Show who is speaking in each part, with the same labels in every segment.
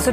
Speaker 1: So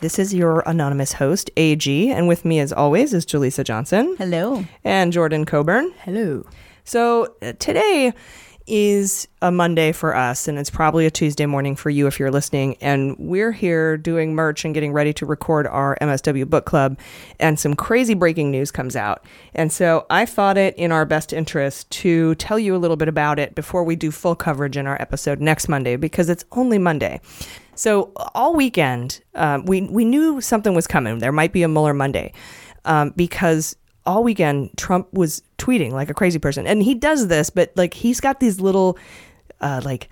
Speaker 2: This is your anonymous host, AG, and with me, as always, is Jaleesa Johnson.
Speaker 3: Hello.
Speaker 2: And Jordan Coburn.
Speaker 3: Hello.
Speaker 2: So uh, today is a Monday for us, and it's probably a Tuesday morning for you if you're listening. And we're here doing merch and getting ready to record our MSW book club. And some crazy breaking news comes out. And so I thought it in our best interest to tell you a little bit about it before we do full coverage in our episode next Monday, because it's only Monday. So all weekend, um, we, we knew something was coming. There might be a Mueller Monday um, because all weekend Trump was tweeting like a crazy person, and he does this, but like he's got these little, uh, like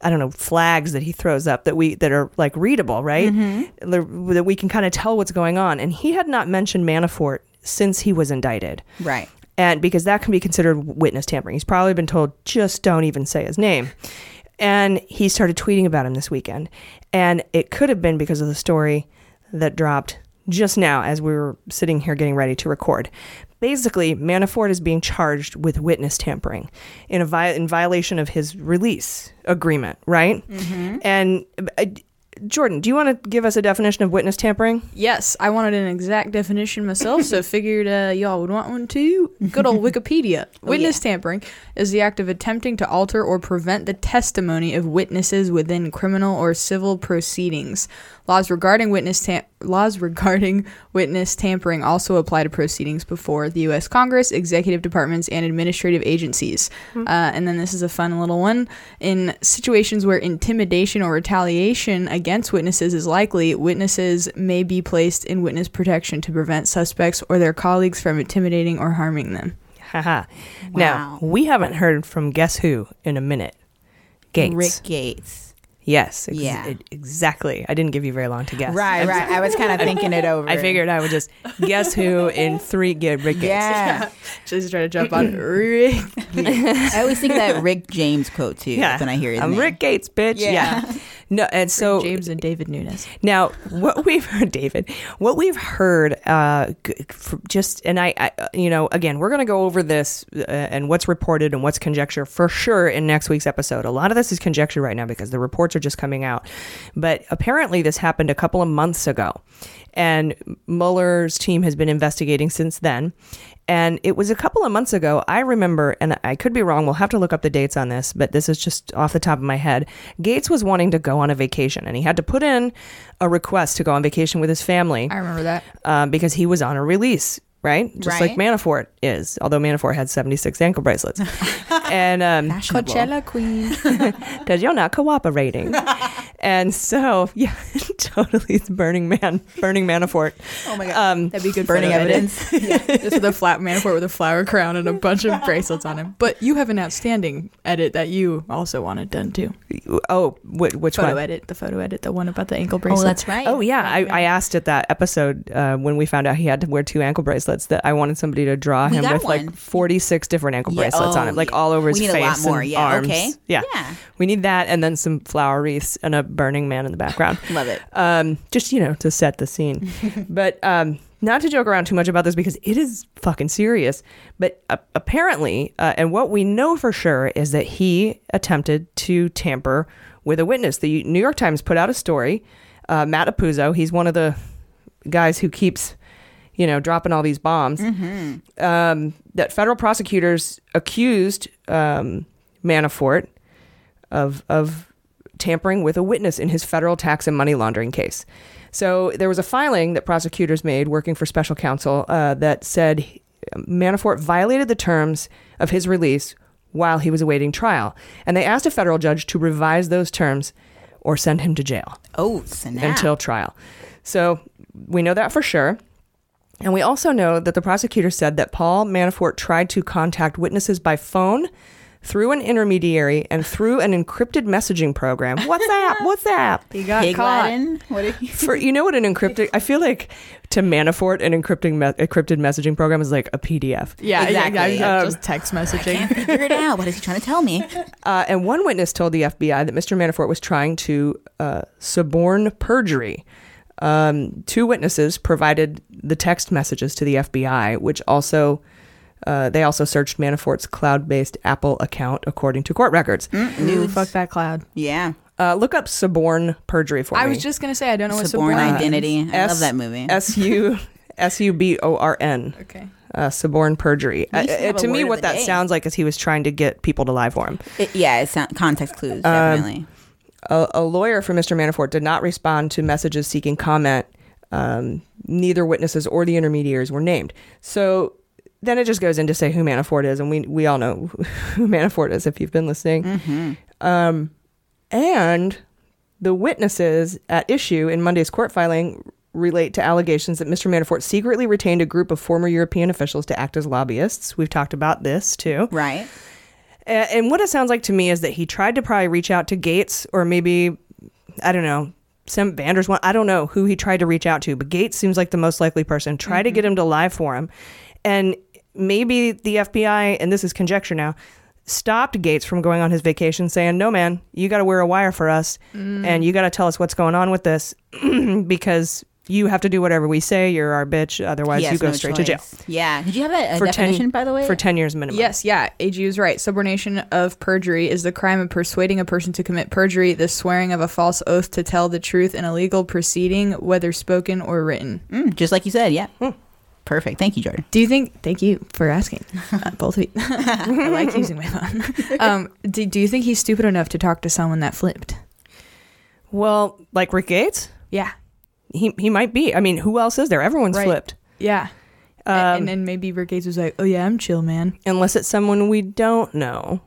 Speaker 2: I don't know, flags that he throws up that we that are like readable, right? Mm-hmm. That we can kind of tell what's going on. And he had not mentioned Manafort since he was indicted,
Speaker 3: right?
Speaker 2: And because that can be considered witness tampering, he's probably been told just don't even say his name. And he started tweeting about him this weekend, and it could have been because of the story that dropped just now as we were sitting here getting ready to record. Basically, Manafort is being charged with witness tampering in a vi- in violation of his release agreement, right? Mm-hmm. And uh, Jordan, do you want to give us a definition of witness tampering?
Speaker 3: Yes, I wanted an exact definition myself, so figured uh, y'all would want one too. Good old Wikipedia. oh, witness yeah. tampering is the act of attempting to alter or prevent the testimony of witnesses within criminal or civil proceedings. Laws regarding witness tam- laws regarding witness tampering also apply to proceedings before the U.S. Congress, executive departments, and administrative agencies. Mm-hmm. Uh, and then this is a fun little one: in situations where intimidation or retaliation against witnesses is likely, witnesses may be placed in witness protection to prevent suspects or their colleagues from intimidating or harming them.
Speaker 2: Haha. wow. Now we haven't heard from guess who in a minute. Gates.
Speaker 3: Rick Gates.
Speaker 2: Yes. Ex- e-,
Speaker 3: yeah. It,
Speaker 2: exactly. I didn't give you very long to guess.
Speaker 3: Right. right. I was kind of thinking it over.
Speaker 2: I figured I would just guess who in three get Rick Gates.
Speaker 3: Yeah. She's trying to jump on Rick.
Speaker 4: I always think that Rick James quote too. Yeah. When I hear it,
Speaker 2: I'm
Speaker 4: name.
Speaker 2: Uh, Rick Gates, bitch. Yeah. yeah. No, and so
Speaker 3: Rick James and David Nunes.
Speaker 2: Now, what we've heard, David, what we've heard, uh, just and I, I, you know, again, we're gonna go over this uh, and what's reported and what's conjecture for sure in next week's episode. A lot of this is conjecture right now because the reports are just coming out. But apparently, this happened a couple of months ago. And Mueller's team has been investigating since then. And it was a couple of months ago, I remember, and I could be wrong, we'll have to look up the dates on this, but this is just off the top of my head. Gates was wanting to go on a vacation, and he had to put in a request to go on vacation with his family.
Speaker 3: I remember that.
Speaker 2: Uh, because he was on a release right? Just
Speaker 3: right.
Speaker 2: like Manafort is, although Manafort had 76 ankle bracelets. and um,
Speaker 3: Coachella queen.
Speaker 2: Because you're not cooperating. and so, yeah, totally. It's Burning Man, Burning Manafort.
Speaker 3: Oh my God. Um, That'd be good
Speaker 4: Burning evidence.
Speaker 3: yeah. Just with a flat Manafort with a flower crown and a bunch of bracelets on him. But you have an outstanding edit that you also wanted done too.
Speaker 2: Oh, wh- which
Speaker 3: photo
Speaker 2: one?
Speaker 3: edit, the photo edit, the one about the ankle bracelet.
Speaker 4: Oh, that's right.
Speaker 2: Oh, yeah. I, I asked at that episode uh, when we found out he had to wear two ankle bracelets that I wanted somebody to draw
Speaker 4: we
Speaker 2: him with
Speaker 4: one.
Speaker 2: like 46 different ankle yeah. bracelets
Speaker 4: oh,
Speaker 2: on him, like all over his
Speaker 4: we need
Speaker 2: face
Speaker 4: a lot more.
Speaker 2: and
Speaker 4: yeah.
Speaker 2: arms.
Speaker 4: Okay.
Speaker 2: Yeah.
Speaker 4: yeah.
Speaker 2: we need that, and then some flower wreaths and a burning man in the background.
Speaker 4: Love it.
Speaker 2: Um, just you know to set the scene, but um, not to joke around too much about this because it is fucking serious. But uh, apparently, uh, and what we know for sure is that he attempted to tamper with a witness. The New York Times put out a story. Uh, Matt Apuzzo, he's one of the guys who keeps you know, dropping all these bombs. Mm-hmm. Um, that federal prosecutors accused um, Manafort of of tampering with a witness in his federal tax and money laundering case. So there was a filing that prosecutors made working for special counsel uh, that said Manafort violated the terms of his release while he was awaiting trial. And they asked a federal judge to revise those terms or send him to jail
Speaker 4: Oh, snap.
Speaker 2: until trial. So we know that for sure. And we also know that the prosecutor said that Paul Manafort tried to contact witnesses by phone through an intermediary and through an encrypted messaging program. What's that? What's that?
Speaker 3: He got
Speaker 4: Pig
Speaker 3: caught.
Speaker 4: Latin. What are you?
Speaker 2: For you know what an encrypted I feel like to Manafort an encrypting me- encrypted messaging program is like a PDF.
Speaker 3: Yeah, yeah,
Speaker 4: Exactly. Um,
Speaker 2: Um,
Speaker 3: yeah, just text messaging.
Speaker 4: Figure it out. What is he trying to tell me?
Speaker 2: Uh, and one witness told the FBI that Mr. Manafort was trying to uh, suborn perjury. Um, two witnesses provided the text messages to the FBI, which also uh, they also searched Manafort's cloud-based Apple account, according to court records.
Speaker 4: Mm.
Speaker 3: Ooh, fuck that cloud.
Speaker 4: Yeah.
Speaker 2: Uh, look up suborn perjury for me.
Speaker 3: I was just gonna say I don't know what
Speaker 4: Suborn
Speaker 3: suborn is.
Speaker 4: Identity. I love
Speaker 2: S-
Speaker 4: that movie.
Speaker 2: S U S U B O R N.
Speaker 3: Okay.
Speaker 2: Uh, suborn perjury. Uh,
Speaker 4: should
Speaker 2: uh,
Speaker 4: have a
Speaker 2: to
Speaker 4: word
Speaker 2: me,
Speaker 4: of
Speaker 2: what
Speaker 4: the
Speaker 2: that
Speaker 4: day.
Speaker 2: sounds like is he was trying to get people to lie for him.
Speaker 4: It- yeah, it's not, context clues,
Speaker 3: Uh,
Speaker 4: definitely.
Speaker 2: a, a lawyer for Mr. Manafort did not respond to messages seeking comment. Um, neither witnesses or the intermediaries were named. So then it just goes in to say who Manafort is, and we we all know who Manafort is if you've been listening. Um, and the witnesses at issue in Monday's court filing relate to allegations that Mr. Manafort secretly retained a group of former European officials to act as lobbyists. We've talked about this too.
Speaker 4: right.
Speaker 2: A- And what it sounds like to me is that he tried to probably reach out to Gates or maybe I don't know some Vanders one. I don't know who he tried to reach out to, but Gates seems like the most likely person. Try to
Speaker 4: Mm-hmm.
Speaker 2: get him to lie for him, and maybe the FBI and this is conjecture now stopped Gates from going on his vacation, saying, "No man, you got to wear a wire for us,
Speaker 4: Mm.
Speaker 2: and you got to tell us what's going on with this because." You have to do whatever we say. You're our bitch. Otherwise,
Speaker 4: He has
Speaker 2: you go
Speaker 4: no
Speaker 2: straight to
Speaker 4: choice.
Speaker 2: jail
Speaker 4: Yeah. Did you have that uh, definition, by the way?
Speaker 2: For ten years minimum.
Speaker 3: Yes, yeah. AG was right. Subornation of perjury is the crime of persuading a person to commit perjury, the swearing of a false oath to tell the truth in a legal proceeding, whether spoken or written. Hmm.
Speaker 4: Mm, just like you said. Yeah. Perfect. Thank you, Jordan.
Speaker 3: Do you think? Thank you for asking, uh, both of you. I like using my phone. Um, do, do you think he's stupid enough to talk to someone that flipped?
Speaker 2: Well, like Rick Gates.
Speaker 3: Yeah,
Speaker 2: he he might be. I mean, who else is there? Everyone's
Speaker 3: Right.
Speaker 2: flipped,
Speaker 3: yeah. A-
Speaker 4: Um,
Speaker 3: and then maybe Rick Gates was like, "Oh yeah, I'm chill, man."
Speaker 2: unless it's someone we don't know.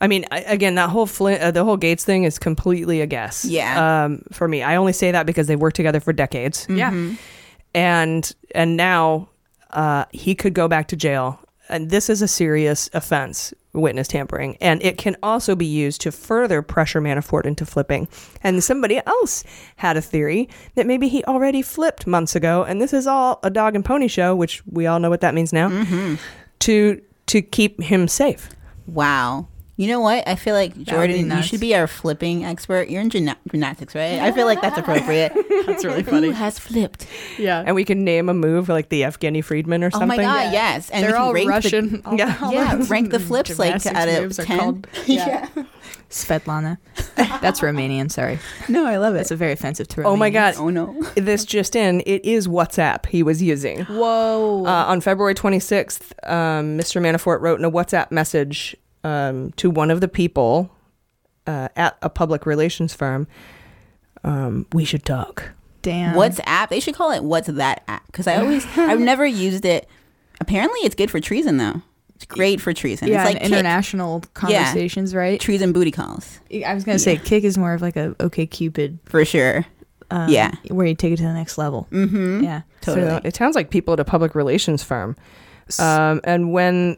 Speaker 2: I mean, I, again, that whole Flint, uh, the whole Gates thing is completely a guess.
Speaker 4: Yeah.
Speaker 2: Um, for me, I only say that because they worked together for decades,
Speaker 3: Yeah,
Speaker 2: and and now uh, he could go back to jail. And this is a serious offense, witness tampering, and it can also be used to further pressure Manafort into flipping. And somebody else had a theory that maybe he already flipped months ago, and this is all a dog and pony show, which we all know what that means now. To to keep him safe.
Speaker 4: Wow. You know what? I feel like
Speaker 3: would be
Speaker 4: Jordan, you
Speaker 3: nuts.
Speaker 4: should be our flipping expert. You're in gymna- gymnastics, right? I feel like that's appropriate. that's really funny. Who has flipped?
Speaker 3: yeah.
Speaker 2: And we can name a move like the Evgeny Friedman or something.
Speaker 4: Oh my god, yes. And we
Speaker 3: They're
Speaker 4: can
Speaker 3: all
Speaker 4: rank the-
Speaker 3: Russian.
Speaker 2: Yeah.
Speaker 4: yeah, rank the flips like
Speaker 3: Gymnastics
Speaker 4: out of
Speaker 3: moves are
Speaker 4: ten.
Speaker 3: called- Svetlana. That's Romanian. Sorry.
Speaker 4: No, I love
Speaker 3: That's a very offensive term.
Speaker 2: Oh my god.
Speaker 4: Oh no.
Speaker 2: This just in, it is WhatsApp he was using.
Speaker 3: Whoa.
Speaker 2: Uh, on February 26th, um, Mr. Manafort wrote in a WhatsApp message um, to one of the people uh, at a public relations firm, um, "We should talk."
Speaker 3: Damn.
Speaker 4: What's app? They should call it What's That app because I always I've never used it. Apparently, it's good for treason though. It's great for treason.
Speaker 3: yeah,
Speaker 4: it's
Speaker 3: and
Speaker 4: like Kick.
Speaker 3: international conversations, right?
Speaker 4: treason booty calls
Speaker 3: I was gonna say kick is more of like a okay cupid, Um,
Speaker 4: for sure. yeah,
Speaker 3: where you take it to the next level. Mm-hmm. Yeah.
Speaker 4: totally.
Speaker 2: So it sounds like people at a public relations firm.
Speaker 3: uh,
Speaker 2: Um, and when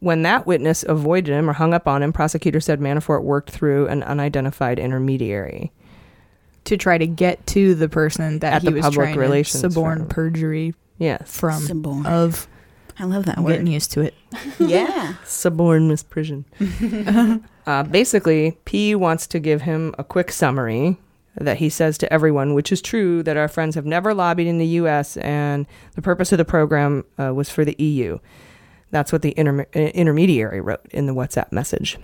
Speaker 2: when that witness avoided him or hung up on him, prosecutor said Manafort worked through an unidentified intermediary.
Speaker 3: To try to get to the person that
Speaker 2: At
Speaker 3: he
Speaker 2: the
Speaker 3: was
Speaker 2: public
Speaker 3: trying
Speaker 2: relations
Speaker 3: to suborn
Speaker 2: firm.
Speaker 3: perjury
Speaker 2: Yes,
Speaker 3: from
Speaker 4: Suborn.
Speaker 3: of.
Speaker 4: I love that
Speaker 3: I'm
Speaker 4: word.
Speaker 3: getting used to it.
Speaker 4: yeah,
Speaker 2: suborn misprision. uh, basically, P wants to give him a quick summary that he says to everyone, which is true that our friends have never lobbied in the U.S. and the purpose of the program uh, was for the EU. That's what the interme- uh, intermediary wrote in the WhatsApp message.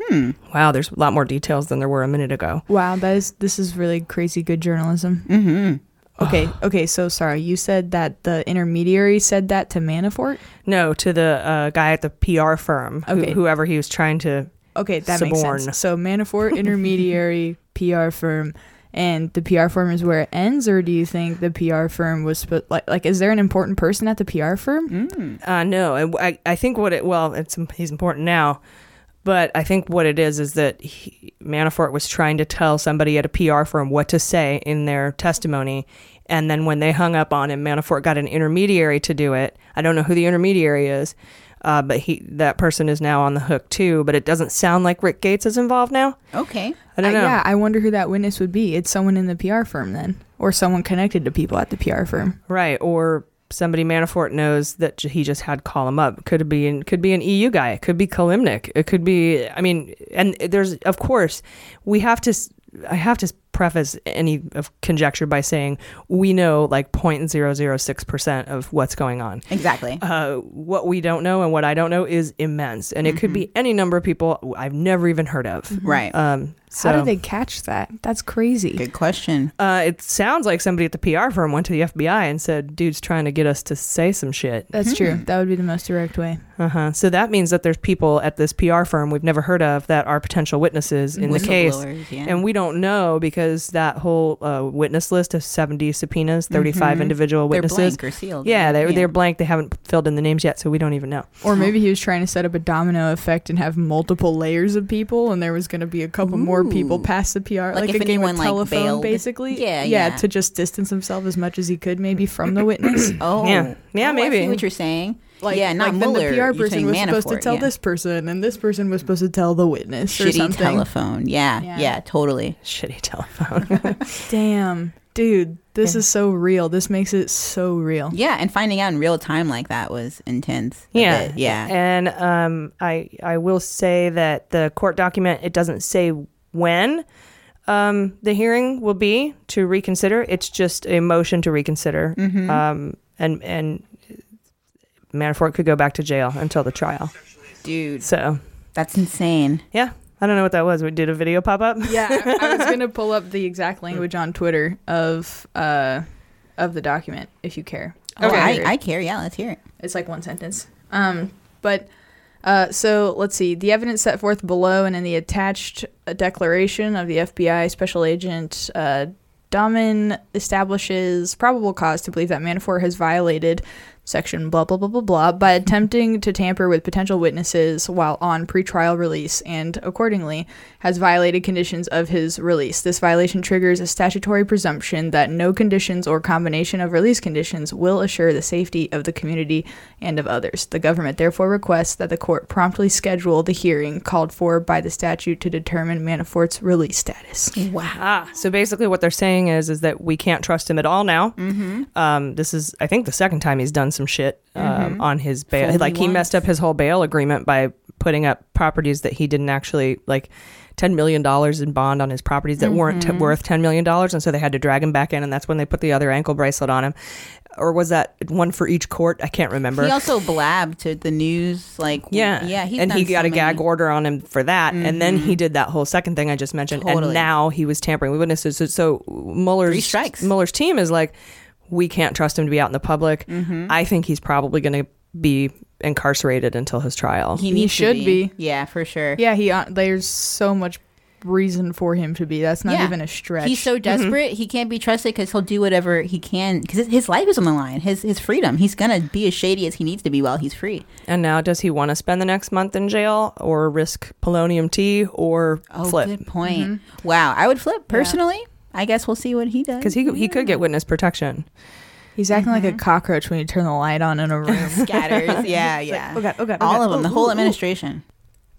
Speaker 2: Hmm. Wow, there's a lot more details than there were a minute ago.
Speaker 3: Wow, that is this is really crazy good journalism. Mm-hmm. Okay, okay. So sorry, you said that the intermediary said that to Manafort.
Speaker 2: No, to the uh, guy at the PR firm, who-
Speaker 3: Okay.
Speaker 2: whoever he was trying to.
Speaker 3: Okay, that makes
Speaker 2: Suborn.
Speaker 3: sense. So Manafort intermediary PR firm, and the PR firm is where it ends, or do you think the PR firm was sp- like like is there an important person at the PR firm?
Speaker 2: Uh, no, I, I- I think what it well, it's he's important now, But I think what it is is that he, Manafort was trying to tell somebody at a PR firm what to say in their testimony. And then when they hung up on him, Manafort got an intermediary to do it. I don't know who the intermediary is, uh, but he that person is now on the hook too. But it doesn't sound like Rick Gates is involved now.
Speaker 4: Okay.
Speaker 2: I don't
Speaker 3: Uh,
Speaker 2: know.
Speaker 3: yeah, I wonder who that witness would be. It's someone in the PR firm then, or someone connected to people at the PR firm.
Speaker 2: Right, or somebody Manafort knows that j- he just had call him up. Could be an, could be an EU guy. It could be Kalimnik. It could be. I mean, and there's of course we have to. s- I have to s- preface any of conjecture by saying we know like 0.006 percent of what's going on.
Speaker 4: Exactly.
Speaker 3: Uh-huh.
Speaker 2: Uh, what we don't know and what I don't know is immense, and it could be
Speaker 3: Mm-hmm.
Speaker 2: any number of people I've never even heard of.
Speaker 4: right.
Speaker 2: Um, so
Speaker 3: How did they catch that? That's crazy.
Speaker 4: Good question.
Speaker 2: uh, it sounds like somebody at the PR firm went to the FBI and said, "Dude's trying to get us to say some shit."
Speaker 3: That's true. That would be the most direct way.
Speaker 2: Uh-huh. So that means that there's people at this PR firm we've never heard of that are potential witnesses in the case.
Speaker 4: Whistleblowers, yeah.
Speaker 2: And we don't know because that whole uh, witness list of 70 subpoenas, 35 individual
Speaker 4: Mm-hmm. They're
Speaker 2: witnesses.
Speaker 4: blank or sealed.
Speaker 2: Yeah, they,
Speaker 4: Yeah.
Speaker 2: they're blank. They haven't filled in the names yet, so we don't even know.
Speaker 3: Or maybe he was trying to set up a domino effect and have multiple layers of people, and there was going to be a couple more people past the PR,
Speaker 4: Like
Speaker 3: like,
Speaker 4: if
Speaker 3: a game
Speaker 4: anyone,
Speaker 3: of
Speaker 4: like,
Speaker 3: telephone,
Speaker 4: bailed.
Speaker 3: basically.
Speaker 4: Yeah, yeah.
Speaker 3: to just distance himself as much as he could, maybe from the witness.
Speaker 4: Oh.
Speaker 2: Yeah. Yeah,
Speaker 4: Oh, I
Speaker 2: maybe.
Speaker 4: see what you're saying.
Speaker 3: Like,
Speaker 4: yeah, not
Speaker 3: like
Speaker 4: Mueller.
Speaker 3: Then the
Speaker 4: you're
Speaker 3: PR person
Speaker 4: saying
Speaker 3: was supposed to
Speaker 4: Manafort,
Speaker 3: tell
Speaker 4: yeah.
Speaker 3: this person, and this person was supposed to tell the witness or
Speaker 4: shitty
Speaker 3: something.
Speaker 4: telephone. Yeah, yeah,
Speaker 3: Yeah.
Speaker 4: totally.
Speaker 2: Shitty telephone.
Speaker 3: Damn, dude, this is so real. This makes it so real.
Speaker 4: Yeah, and finding out in real time like that was intense. a
Speaker 2: yeah.
Speaker 4: bit, yeah.
Speaker 2: And um, I, I will say that the court document, it doesn't say when um, the hearing will be to reconsider. It's just a motion to reconsider. Um, and, and Manafort could go back to jail until the trial.
Speaker 4: Dude,
Speaker 2: So,
Speaker 4: that's insane.
Speaker 2: yeah, I don't know what that was. We did a video pop up.
Speaker 3: Yeah, I, I was gonna pull up the exact language on Twitter of uh of the document if you care.
Speaker 4: Oh, I, I care. Yeah, let's hear it.
Speaker 3: It's like one sentence. Um, but uh, so let's see. The evidence set forth below and in the attached uh, declaration of the FBI Special Agent uh, Dahmen establishes probable cause to believe that Manafort has violated section blah blah blah blah blah by attempting to tamper with potential witnesses while on pretrial release and accordingly has violated conditions of his release. This violation triggers a statutory presumption that no conditions or combination of release conditions will assure the safety of the community and of others. The government therefore requests that the court promptly schedule the hearing called for by the statute to determine Manafort's release status.
Speaker 2: Ah, so basically, what they're saying is is that we can't trust him at all now. Um, this is, I think, the second time he's done some shit um, on his bail.
Speaker 4: Fooled
Speaker 2: like
Speaker 4: me
Speaker 2: he
Speaker 4: once.
Speaker 2: messed up his whole bail agreement by putting up properties that he didn't actually like. Ten million dollars in bond on his properties that weren't t- worth ten million dollars, and so they had to drag him back in, and that's when they put the other ankle bracelet on him, or was that one for each court? I can't remember.
Speaker 4: He also blabbed to the news. Like,
Speaker 2: Yeah,
Speaker 4: yeah. He's
Speaker 2: and he
Speaker 4: done
Speaker 2: got
Speaker 4: so
Speaker 2: a gag
Speaker 4: many- Mm-hmm.
Speaker 2: order on him for that, and then he did that whole second thing I just mentioned, and
Speaker 4: Totally.
Speaker 2: now he was tampering with witnesses. So, so Mueller's
Speaker 4: Three strikes.
Speaker 2: Mueller's team is like, we can't trust him to be out in the public.
Speaker 4: Mm-hmm.
Speaker 2: I think he's probably going to be incarcerated until his trial.
Speaker 4: He, needs to
Speaker 3: should be.
Speaker 4: Yeah, for sure.
Speaker 3: Yeah, he uh, there's so much reason for him to be. That's not
Speaker 4: Yeah.
Speaker 3: even a stretch.
Speaker 4: He's
Speaker 2: Mm-hmm.
Speaker 4: so desperate. He can't be trusted because he'll do whatever he can because his life is on the line. His his freedom. He's gonna be as shady as he needs to be while he's free.
Speaker 2: and now, does he want to spend the next month in jail or risk polonium tea or
Speaker 4: Oh,
Speaker 2: flip?
Speaker 4: good point.
Speaker 3: Mm-hmm.
Speaker 4: Wow, I would flip personally. I guess we'll see what he does.
Speaker 2: Because he he could get witness protection.
Speaker 3: He's acting like a cockroach when you turn the light on in a room.
Speaker 4: scatters. Yeah, yeah.
Speaker 3: oh God, oh God, oh
Speaker 4: All
Speaker 3: God,
Speaker 4: of them.
Speaker 3: oh,
Speaker 4: the
Speaker 3: ooh,
Speaker 4: whole
Speaker 3: ooh.
Speaker 4: administration.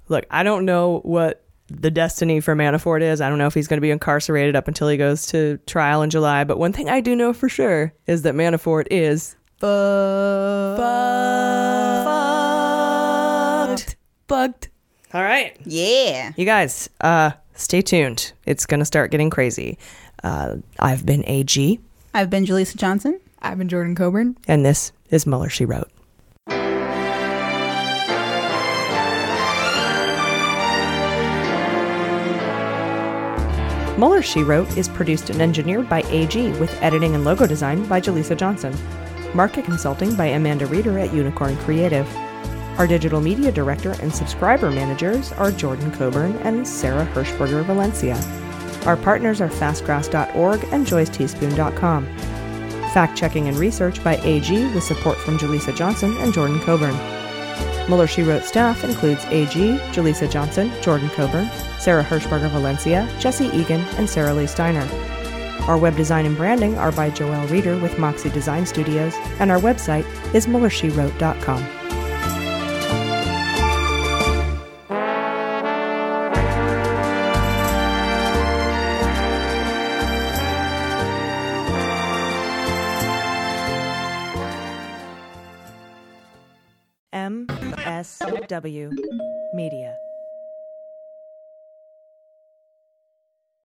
Speaker 2: look, I don't know what the destiny for Manafort is. I don't know if he's going to be incarcerated up until he goes to trial in July. But one thing I do know for sure is that Manafort is
Speaker 3: Bugged. Bugged.
Speaker 2: all right.
Speaker 4: Yeah.
Speaker 2: You guys, uh, stay tuned. It's going to start getting crazy. Uh, I've been AG,
Speaker 4: I've been Jaleesa Johnson.
Speaker 3: I've been Jordan Coburn.
Speaker 2: and this is Muller. She wrote. Muller She Wrote is produced and engineered by AG with editing and logo design by Jaleesa Johnson. Market consulting by Amanda Reeder at Unicorn Creative. Our digital media director and subscriber managers are Jordan Coburn and Sarah Hirschberger Valencia. Our partners are fastgrass.org and joysteaspoon.com. Fact checking and research by AG with support from Jaleesa Johnson and Jordan Coburn. Muller She Wrote staff includes AG, Jaleesa Johnson, Jordan Coburn, Sarah Hirschberger Valencia, Jesse Egan, and Sarah Lee Steiner. Our web design and branding are by Joelle Reeder with Moxie Design Studios, and our website is MullerSheWrote.com. MSW Media.